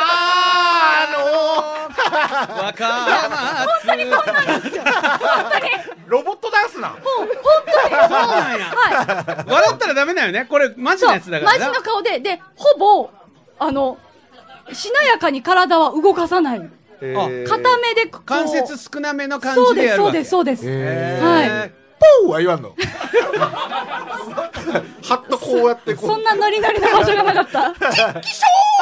Speaker 2: の。
Speaker 3: 若松
Speaker 2: ロボットダンスなん
Speaker 3: そうなんや
Speaker 7: はい
Speaker 3: 笑ったらダメだよねこれマジ
Speaker 7: そ
Speaker 3: の
Speaker 7: う
Speaker 3: やつだからな
Speaker 7: マジの顔ででほぼあのしなやかに体は動かさない片目でこう
Speaker 3: 関節少なめの感
Speaker 7: そう
Speaker 3: じで
Speaker 7: で
Speaker 3: や
Speaker 7: す
Speaker 3: る
Speaker 7: そ
Speaker 3: わ
Speaker 7: う
Speaker 3: け
Speaker 7: ですそうです、
Speaker 2: え
Speaker 7: はい
Speaker 2: ー、は言わんのはっとこうやってこう
Speaker 7: そんなノリノリの場所がな かった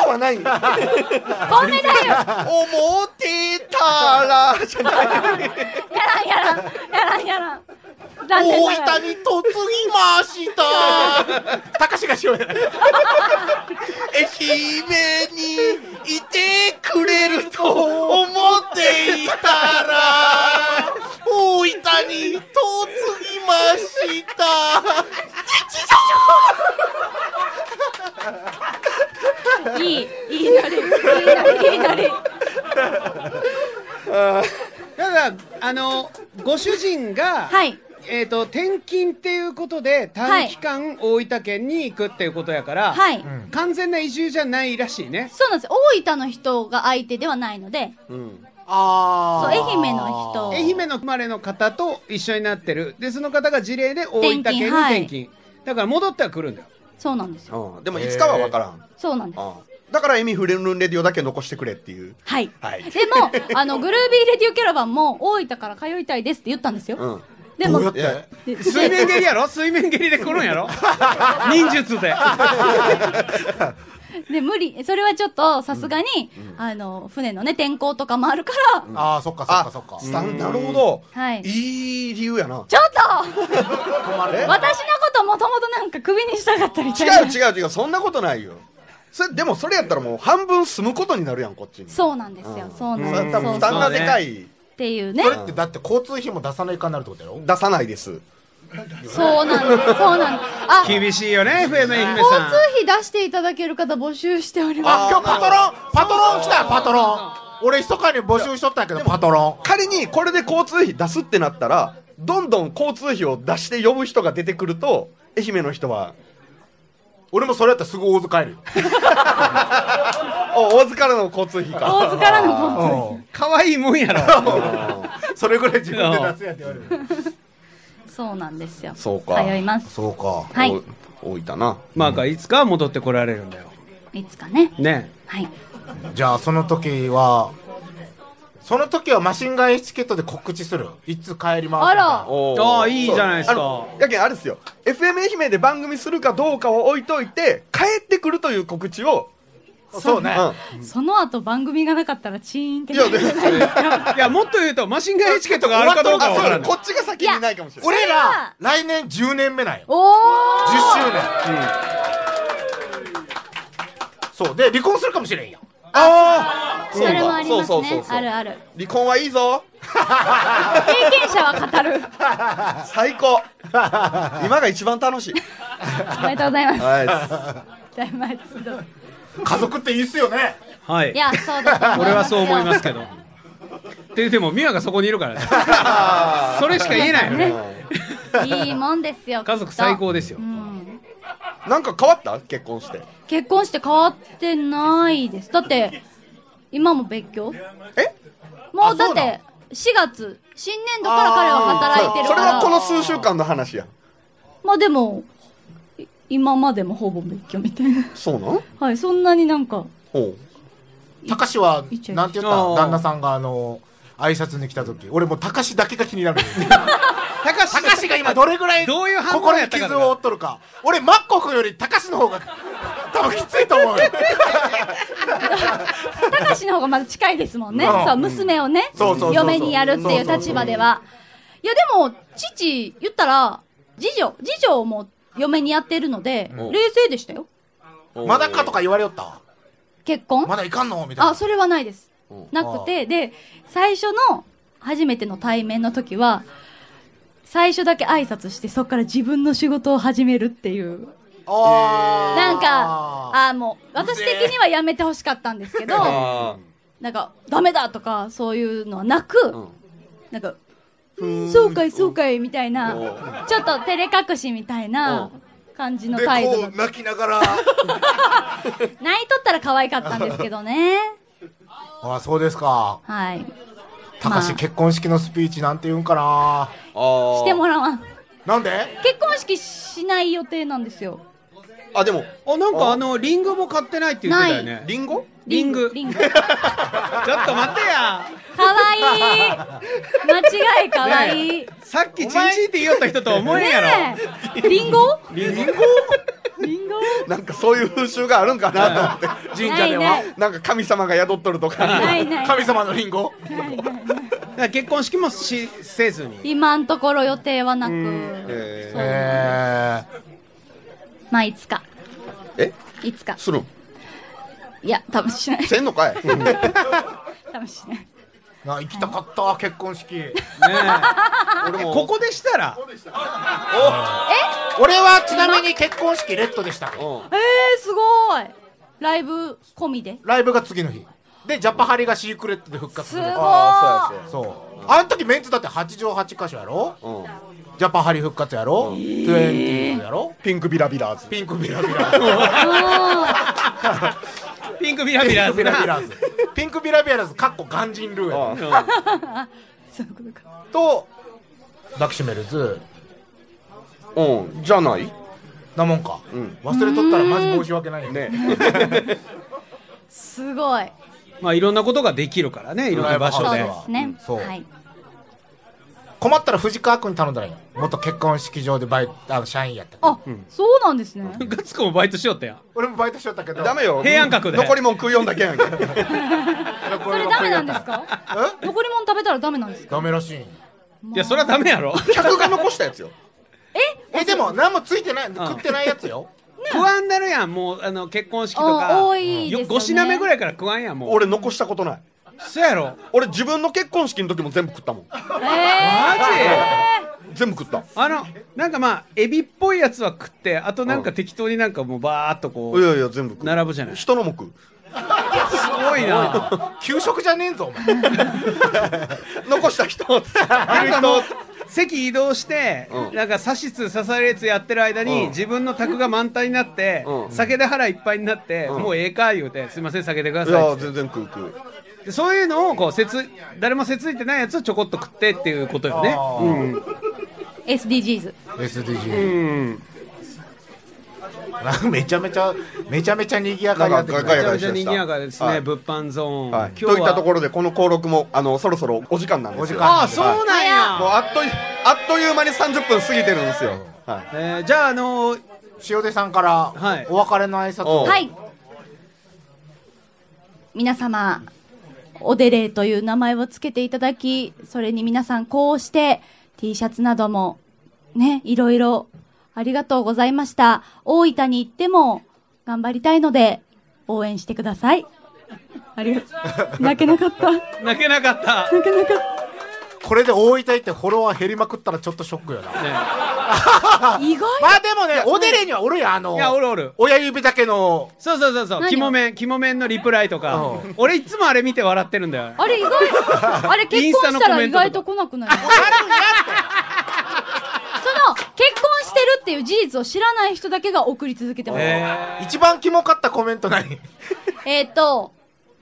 Speaker 4: 顔はないんだ
Speaker 7: ごめんだよや
Speaker 4: 思ってたらじゃない
Speaker 7: らんやらんやらんやらん
Speaker 2: 大
Speaker 7: 大
Speaker 2: 分に嫁ぎましたたかしがしようやない
Speaker 4: 愛媛にいてくれると思っていたら大分に嫁ぎました
Speaker 7: いいいいノリいいノリいいノ
Speaker 3: ただあのご主人が、
Speaker 7: はい
Speaker 3: えー、と転勤っていうことで短期間大分県に行くっていうことやから、
Speaker 7: リはい、
Speaker 3: 完全な移住じゃないらしいね
Speaker 7: そうなんです大分の人が相手ではないのでそう
Speaker 2: あ
Speaker 7: 愛媛の人
Speaker 3: 愛媛の生まれの方と一緒になってるでその方が事例で大分県に
Speaker 7: 転勤はい
Speaker 3: 転勤だから戻っては来るんだよ
Speaker 7: そうなんですよ
Speaker 4: うんでもいつかは分からん、
Speaker 7: そうなんです
Speaker 4: うんだからエミフレンルンレディオだけ残してくれっていう
Speaker 7: はい、
Speaker 4: はい
Speaker 7: でもあのグルービーレディオキャラバンも大分から通いたいですって言ったんですよ、
Speaker 4: うん
Speaker 7: でも
Speaker 2: どうやっ
Speaker 4: いや
Speaker 7: でで
Speaker 3: 水面蹴りやろ水面蹴りで来るんや ろ忍術で
Speaker 7: で無理それはちょっとさすがに、あの船のね天候とかもあるから、
Speaker 2: あーそっかそっかそっか
Speaker 4: スタンなるほど、
Speaker 7: はい
Speaker 4: いい理由やな
Speaker 7: ちょっと私のこともともとなんかクビにしたかったみたいな
Speaker 4: 違う違う違うそんなことないよそれでもそれやったらもう半分住むことになるやんこっちに
Speaker 7: そうなんですよ、そ
Speaker 4: そ
Speaker 7: うな
Speaker 4: れ
Speaker 7: んです
Speaker 4: 多分
Speaker 7: そう
Speaker 4: 負
Speaker 7: そう
Speaker 4: 担が
Speaker 7: っ
Speaker 4: でかい
Speaker 7: ていうね
Speaker 2: それってだって交通費も出さないかになるってことやろ
Speaker 4: 出さないです
Speaker 7: そうなんですそうなんですあ交
Speaker 3: 厳しいよね FM 愛媛さん
Speaker 7: 通費出していただける方募集しており
Speaker 2: あ
Speaker 7: ま
Speaker 2: 今日パトロンパトロン来たパトロン俺密かに募集しとったんやけどパトロン
Speaker 4: 仮にこれで交通費出すってなったらどんどん交通費を出して呼ぶ人が出てくると愛媛の人は
Speaker 2: 俺もそれやったらすぐ大津帰るよ
Speaker 4: お大津からの交通費
Speaker 7: す
Speaker 4: か
Speaker 7: 大津からの交通費
Speaker 2: うん
Speaker 3: 可愛いもんやろ
Speaker 2: それぐらい自分で出すやって言われる
Speaker 7: そうなんですよ
Speaker 4: そうか
Speaker 7: 通います
Speaker 2: そうか
Speaker 7: はい
Speaker 4: お大分な
Speaker 3: まあいつかは戻ってこられるんだよ
Speaker 7: いつかね
Speaker 3: ね
Speaker 7: はい
Speaker 2: じゃあその時はその時はマシンガンエチケットで告知するいつ帰ります
Speaker 7: あら
Speaker 4: お
Speaker 3: ああいいじゃないですか
Speaker 4: そうあのやけんあれですよ FM 愛媛で番組するかどうかを置いといて帰ってくるという告知を
Speaker 2: そうね
Speaker 7: その後番組がなかったらチーンって
Speaker 4: いやで
Speaker 3: いやもっと言うとマシンガンエチケットがあるかどうか
Speaker 4: あ
Speaker 3: わ
Speaker 4: そ
Speaker 3: から
Speaker 4: う
Speaker 3: ない
Speaker 4: こっちが先にないかもしれない
Speaker 2: 俺
Speaker 7: それ
Speaker 2: ら
Speaker 7: は
Speaker 2: 来年10年目なんよ
Speaker 7: お
Speaker 2: 10
Speaker 7: ー
Speaker 2: 周年、そうで離婚するかもしれんや
Speaker 4: あ
Speaker 7: それもありますね
Speaker 4: そうそうそうそう
Speaker 7: あるある
Speaker 4: 離婚はいいぞ
Speaker 7: 経験者は 語る
Speaker 4: 最高今が一番楽しい
Speaker 7: おめでとうございます
Speaker 4: は
Speaker 7: 大満足度
Speaker 2: 家族っていいっすよね
Speaker 3: はい
Speaker 7: いやそうだと思いますよ
Speaker 3: 俺はそう思いますけど。って言っても、ミワがそこにいるからね。 それしか言えないよね。
Speaker 7: いいもんですよ
Speaker 3: 家族最高
Speaker 7: で
Speaker 3: ですよ。
Speaker 4: いなんか変わった結婚して
Speaker 7: 結婚して変わってないですだって今も別居
Speaker 4: え
Speaker 7: もうだって4月新年度から彼は働いてる
Speaker 4: そ
Speaker 7: か
Speaker 4: れ
Speaker 7: ら
Speaker 4: はこの数週間の話や
Speaker 7: まあでもい今までもほぼ別居みたいな
Speaker 4: そうなん
Speaker 7: はいそんなになんか
Speaker 4: おう
Speaker 2: たかしは
Speaker 7: 言っちゃい
Speaker 2: な
Speaker 7: ました
Speaker 2: んて言っ
Speaker 3: あ
Speaker 2: た
Speaker 3: ー
Speaker 2: 旦那さんがあの挨拶に来た時俺もうたかしだけが気にな る
Speaker 3: たかした
Speaker 2: かしが今どれぐらい
Speaker 3: どういう反応
Speaker 2: 心
Speaker 3: や
Speaker 2: に
Speaker 3: ったか
Speaker 2: 傷を負っとるか俺マッコ君よりたかしの方が多分きついと思うよ
Speaker 7: 高志の方がまだ近いですもんね、
Speaker 2: うん
Speaker 7: そう娘をね
Speaker 2: そうそうそうそう
Speaker 7: 嫁にやるっていう立場ではいやでも父言ったら次女次女も嫁にやってるので
Speaker 4: うん
Speaker 7: 冷静でしたよ
Speaker 2: まだかとか言われよった
Speaker 7: 結婚、
Speaker 2: まだいかんのみたいな
Speaker 7: あそれはないです
Speaker 4: うん
Speaker 7: なくてで最初の初めての対面の時は最初だけ挨拶してそこから自分の仕事を始めるっていう
Speaker 2: あー
Speaker 7: なんかあーもう私的にはやめてほしかったんですけど
Speaker 4: あ
Speaker 7: なんかダメだとかそういうのはなく、
Speaker 4: ん
Speaker 7: なんか
Speaker 4: ー
Speaker 7: そうかいそうかいみたい
Speaker 4: お
Speaker 7: なちょっと照れ隠しみたいな感じの
Speaker 2: で
Speaker 7: 態度
Speaker 2: こ
Speaker 7: だ
Speaker 2: う
Speaker 7: っ た
Speaker 2: 泣きながら
Speaker 7: 泣いとったら可愛かったんですけどね
Speaker 2: あそうですか。
Speaker 7: はい。
Speaker 2: たかし結婚式のスピーチなんて言うんか
Speaker 5: あ
Speaker 2: な。
Speaker 7: してもらわん。
Speaker 2: なんで
Speaker 7: 結婚式しない予定なんですよ。
Speaker 5: あでも
Speaker 3: あなんかあのリンゴも買ってないって言ってたよね
Speaker 5: リンゴ
Speaker 3: リング
Speaker 7: リング。
Speaker 3: ちょっと待てや
Speaker 7: かわいい。間違いかわいい。
Speaker 3: さっきチンチンって言おった人と思えんやろ、
Speaker 7: ねえ。リンゴ
Speaker 5: リンゴ
Speaker 7: リンゴ
Speaker 5: なんかそういう風習があるんかなと思って神社で
Speaker 7: な
Speaker 5: はいな
Speaker 7: な
Speaker 5: んか神様が宿っとると
Speaker 7: な
Speaker 5: か
Speaker 7: いない。
Speaker 2: 神様のリンゴ
Speaker 7: ないないない
Speaker 3: だから結婚式もしせず に
Speaker 7: 今のところ予定はなく。
Speaker 5: え
Speaker 7: そう
Speaker 2: え
Speaker 7: まあ、いつか。
Speaker 5: え
Speaker 7: いつか。
Speaker 5: するん
Speaker 7: いや、多分しない。
Speaker 5: せんのかい
Speaker 7: 多分しない。
Speaker 2: ー、な行きたかった、結婚式。
Speaker 5: 俺も
Speaker 3: ここでしたら
Speaker 2: 俺はちなみに結婚式レッドでしたけど。
Speaker 7: えー、すごい。ライブ込みで。
Speaker 2: ライブが次の日。で、ジャパハリがシークレットで復活す
Speaker 7: す
Speaker 2: る
Speaker 7: ごい。。
Speaker 5: ああそうやそう
Speaker 2: そう。あん時メンツだって88箇所やろ
Speaker 5: やうん
Speaker 2: ジャパハリ復活やろ ?20 やろ
Speaker 5: ピンクビラビラーズ
Speaker 2: ピンクビラビラーズ。
Speaker 3: ピンクビラビ
Speaker 2: ピンク
Speaker 3: ラーズ
Speaker 2: ビラビラ
Speaker 3: な
Speaker 2: ーズ。ピンクビラビラーズ、かっこガンジンルーや
Speaker 5: うん
Speaker 7: そういうことか。
Speaker 2: と、抱きしめるズ、
Speaker 5: うんじゃない
Speaker 2: なもんか。
Speaker 5: うん
Speaker 2: 忘れとったらマジ申し訳ないよ
Speaker 5: ね
Speaker 7: すごい。
Speaker 3: まあいろんなことができるからねいろんな場所
Speaker 2: ライ
Speaker 3: で
Speaker 2: ブハウ
Speaker 7: そうですね。
Speaker 2: そう
Speaker 7: はい。
Speaker 2: 困ったら藤川君に頼んだらいいよ元結婚式場でバイあの社員やった
Speaker 7: あ、そうなんですね。
Speaker 3: ガツコもバイトしよったやん
Speaker 2: 俺もバイトしよったけど
Speaker 5: ダメよ
Speaker 3: 平安閣で
Speaker 5: 残りもん食いよんだけやんけ
Speaker 7: それダメなんですか残り物食べたらダメなんですか
Speaker 2: ダメらしいんよ
Speaker 3: いやそれはダメやろ
Speaker 5: 客が残したやつよ
Speaker 2: えでも何もついてない食ってないやつよ
Speaker 3: 不安になるやんもうあの結婚式と
Speaker 7: あ
Speaker 3: か
Speaker 7: 多いですよね
Speaker 3: 5品目ぐらいから不安やんもう
Speaker 5: 俺残したことない
Speaker 3: そうやろ
Speaker 5: 俺自分の結婚式の時も全部食ったもん
Speaker 7: え
Speaker 3: マジ
Speaker 5: 全部食った
Speaker 3: あのなんかまあエビっぽいやつは食ってあとなんか適当になんかもうバーっとこ
Speaker 5: いうやいや全部食う
Speaker 3: 並ぶじゃないす
Speaker 5: 人のも食う
Speaker 3: ごいな
Speaker 2: 給食じゃねえぞお 前
Speaker 5: 残した人を
Speaker 3: なんかもう席移動して、
Speaker 5: うん
Speaker 3: なんか刺しつ刺されつやってる間に、
Speaker 5: うん
Speaker 3: 自分の卓が満タンになって、
Speaker 5: うん
Speaker 3: 酒で腹いっぱいになって、
Speaker 5: うん
Speaker 3: もうええか言うてすいません酒でくだ
Speaker 5: い
Speaker 3: さい
Speaker 5: や
Speaker 3: っつっ
Speaker 5: 全然食う食う
Speaker 3: てそういうのをこうせつ誰もせついてないやつをちょこっと食ってっていうことよね
Speaker 2: あ
Speaker 5: うん
Speaker 7: ー、SDGs。
Speaker 2: SDG
Speaker 3: うん
Speaker 2: なんかめちゃめちゃめちゃめちゃ賑やかになってき
Speaker 5: なんかガヤ
Speaker 3: めち
Speaker 5: ガヤ
Speaker 2: た
Speaker 3: ゃめちゃ賑やかですね、
Speaker 5: はい
Speaker 3: 物販ゾーン、
Speaker 5: はい、
Speaker 3: 今日
Speaker 5: と
Speaker 3: はい
Speaker 5: ったところでこの登録もあのそろそろお時間なんですよ
Speaker 2: お時間
Speaker 3: ああそうなんや、
Speaker 5: もうあっといあっという間に30分過ぎてるんですよ、はい、
Speaker 3: えーじゃああのー
Speaker 2: 塩出さんから
Speaker 3: はい
Speaker 2: お別れの挨拶
Speaker 5: お
Speaker 2: を
Speaker 5: う
Speaker 7: はい。皆様、おでれという名前をつけていただき、それに皆さんこうして T シャツなども、ね、いろいろありがとうございました。大分に行っても頑張りたいので、応援してください。ありが、泣けなかった。泣
Speaker 3: 泣けなかった
Speaker 7: けなかっ
Speaker 2: これで大分行ってフォロワー減りまくったらちょっとショックよな
Speaker 7: た。意外
Speaker 2: まあでもねおでれにはおるやんあの
Speaker 3: いやおるおる
Speaker 2: 親指だけの
Speaker 3: そうそうそうそう
Speaker 7: 何を
Speaker 3: キモメンキモメンのリプライとか
Speaker 2: うん
Speaker 3: 俺いつもあれ見て笑ってるんだよ
Speaker 7: あれ意外、あれ
Speaker 3: イ
Speaker 7: 結
Speaker 3: ンスタ
Speaker 7: 婚
Speaker 3: の
Speaker 7: した
Speaker 3: コ
Speaker 7: ら
Speaker 3: メ
Speaker 7: 意
Speaker 3: ントとか
Speaker 7: 外と来なくないその、結婚してるっていう事実を知らない人だけが送り続けてます。
Speaker 3: え
Speaker 2: 一番キモかったコメント何
Speaker 7: えーっ、と、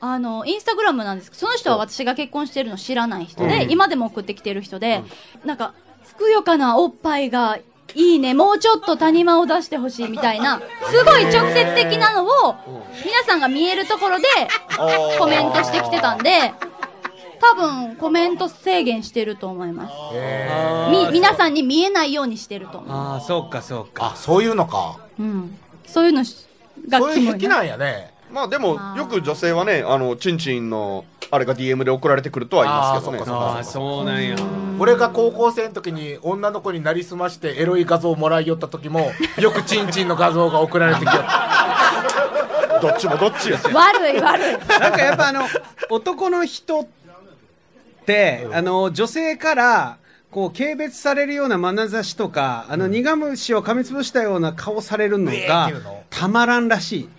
Speaker 7: あの、インスタグラムなんですけど、その人は私が結婚してるの知らない人で、今でも送ってきてる人で、なんか、ふくよかなおっぱいがいいね、もうちょっと谷間を出してほしいみたいな、すごい直接的なのを、皆さんが見えるところで、コメントしてきてたんで、多分、コメント制限してると思います。み、皆さんに見えないようにしてると思う。
Speaker 3: ああそうかそうか
Speaker 2: あそういうのか
Speaker 7: うん。そういうのしが
Speaker 2: そう
Speaker 7: キ
Speaker 2: いう
Speaker 7: モ
Speaker 2: 好
Speaker 7: い
Speaker 2: き
Speaker 7: な。
Speaker 2: なんやね
Speaker 5: まあでも
Speaker 7: あー
Speaker 5: よく女性はねあのチンチンのあれが DM で送られてくるとは言いますけどね
Speaker 2: あーそっかそっか
Speaker 3: ああそうなんや
Speaker 2: 俺が高校生の時に女の子になりすましてエロい画像をもらいよった時もよくチンチンの画像が送られてきよった
Speaker 5: どっちもどっちや
Speaker 7: 悪い悪い。
Speaker 3: なんかやっぱあの男の人ってあの女性からこう軽蔑されるような眼差しとかあの苦虫を噛みつぶしたような顔されるの
Speaker 2: えーっ
Speaker 3: が
Speaker 2: ていうの
Speaker 3: たまらんらしい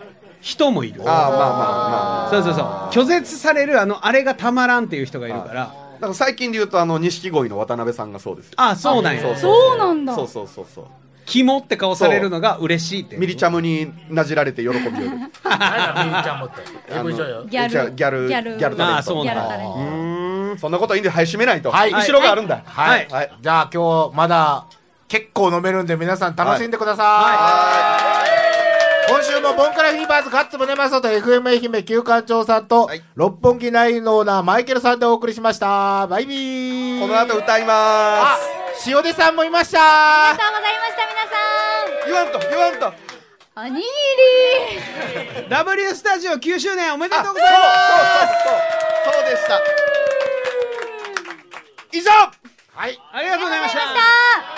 Speaker 3: 人もいる
Speaker 5: ああまあまあまあ
Speaker 3: そうそうそう拒絶されるあのあれがたまらんっていう人がいるから
Speaker 5: だから最近で言うとあの錦鯉の渡辺さんがそうですよ
Speaker 3: ああそうなんや
Speaker 5: そうそう
Speaker 7: そうなんだ。
Speaker 5: そうそうそうそう
Speaker 3: 肝って顔されるのが嬉しいって
Speaker 4: ミリチャムになじられて喜びよる
Speaker 8: なんだミリちゃんもって AV 女優
Speaker 7: ギャル
Speaker 4: じゃあギャル
Speaker 7: ギャル
Speaker 4: ギャルタレント
Speaker 3: あそう
Speaker 7: ギャ
Speaker 3: な
Speaker 7: ル
Speaker 3: んだ
Speaker 7: タレント
Speaker 4: うーんそんなことはいいんではい閉めないと、
Speaker 2: はい
Speaker 4: 後ろがあるんだ
Speaker 2: は
Speaker 4: はいはい
Speaker 2: い。じゃあ今日まだ結構飲めるんで皆さん楽しんでください。今週もボンカラフィーバーズガッツムネマソと FM 愛媛旧館長さんと
Speaker 4: はい
Speaker 2: 六本木ナインのオーナーマイケルさんでお送りしました。バイビー。
Speaker 4: この後歌い
Speaker 2: あ
Speaker 4: ま、
Speaker 2: 塩出さんもいまし
Speaker 7: あ
Speaker 2: た
Speaker 7: りが。とうございました皆さ
Speaker 4: す言わんと言わんと
Speaker 7: んおにぎり
Speaker 3: W スタジオ9周年おめでとうござい
Speaker 4: そ
Speaker 3: ま
Speaker 4: う
Speaker 3: す
Speaker 4: そうそうそうでした以上
Speaker 2: はい。
Speaker 3: ありがとうございまし
Speaker 7: ありがとうございま
Speaker 3: た
Speaker 7: した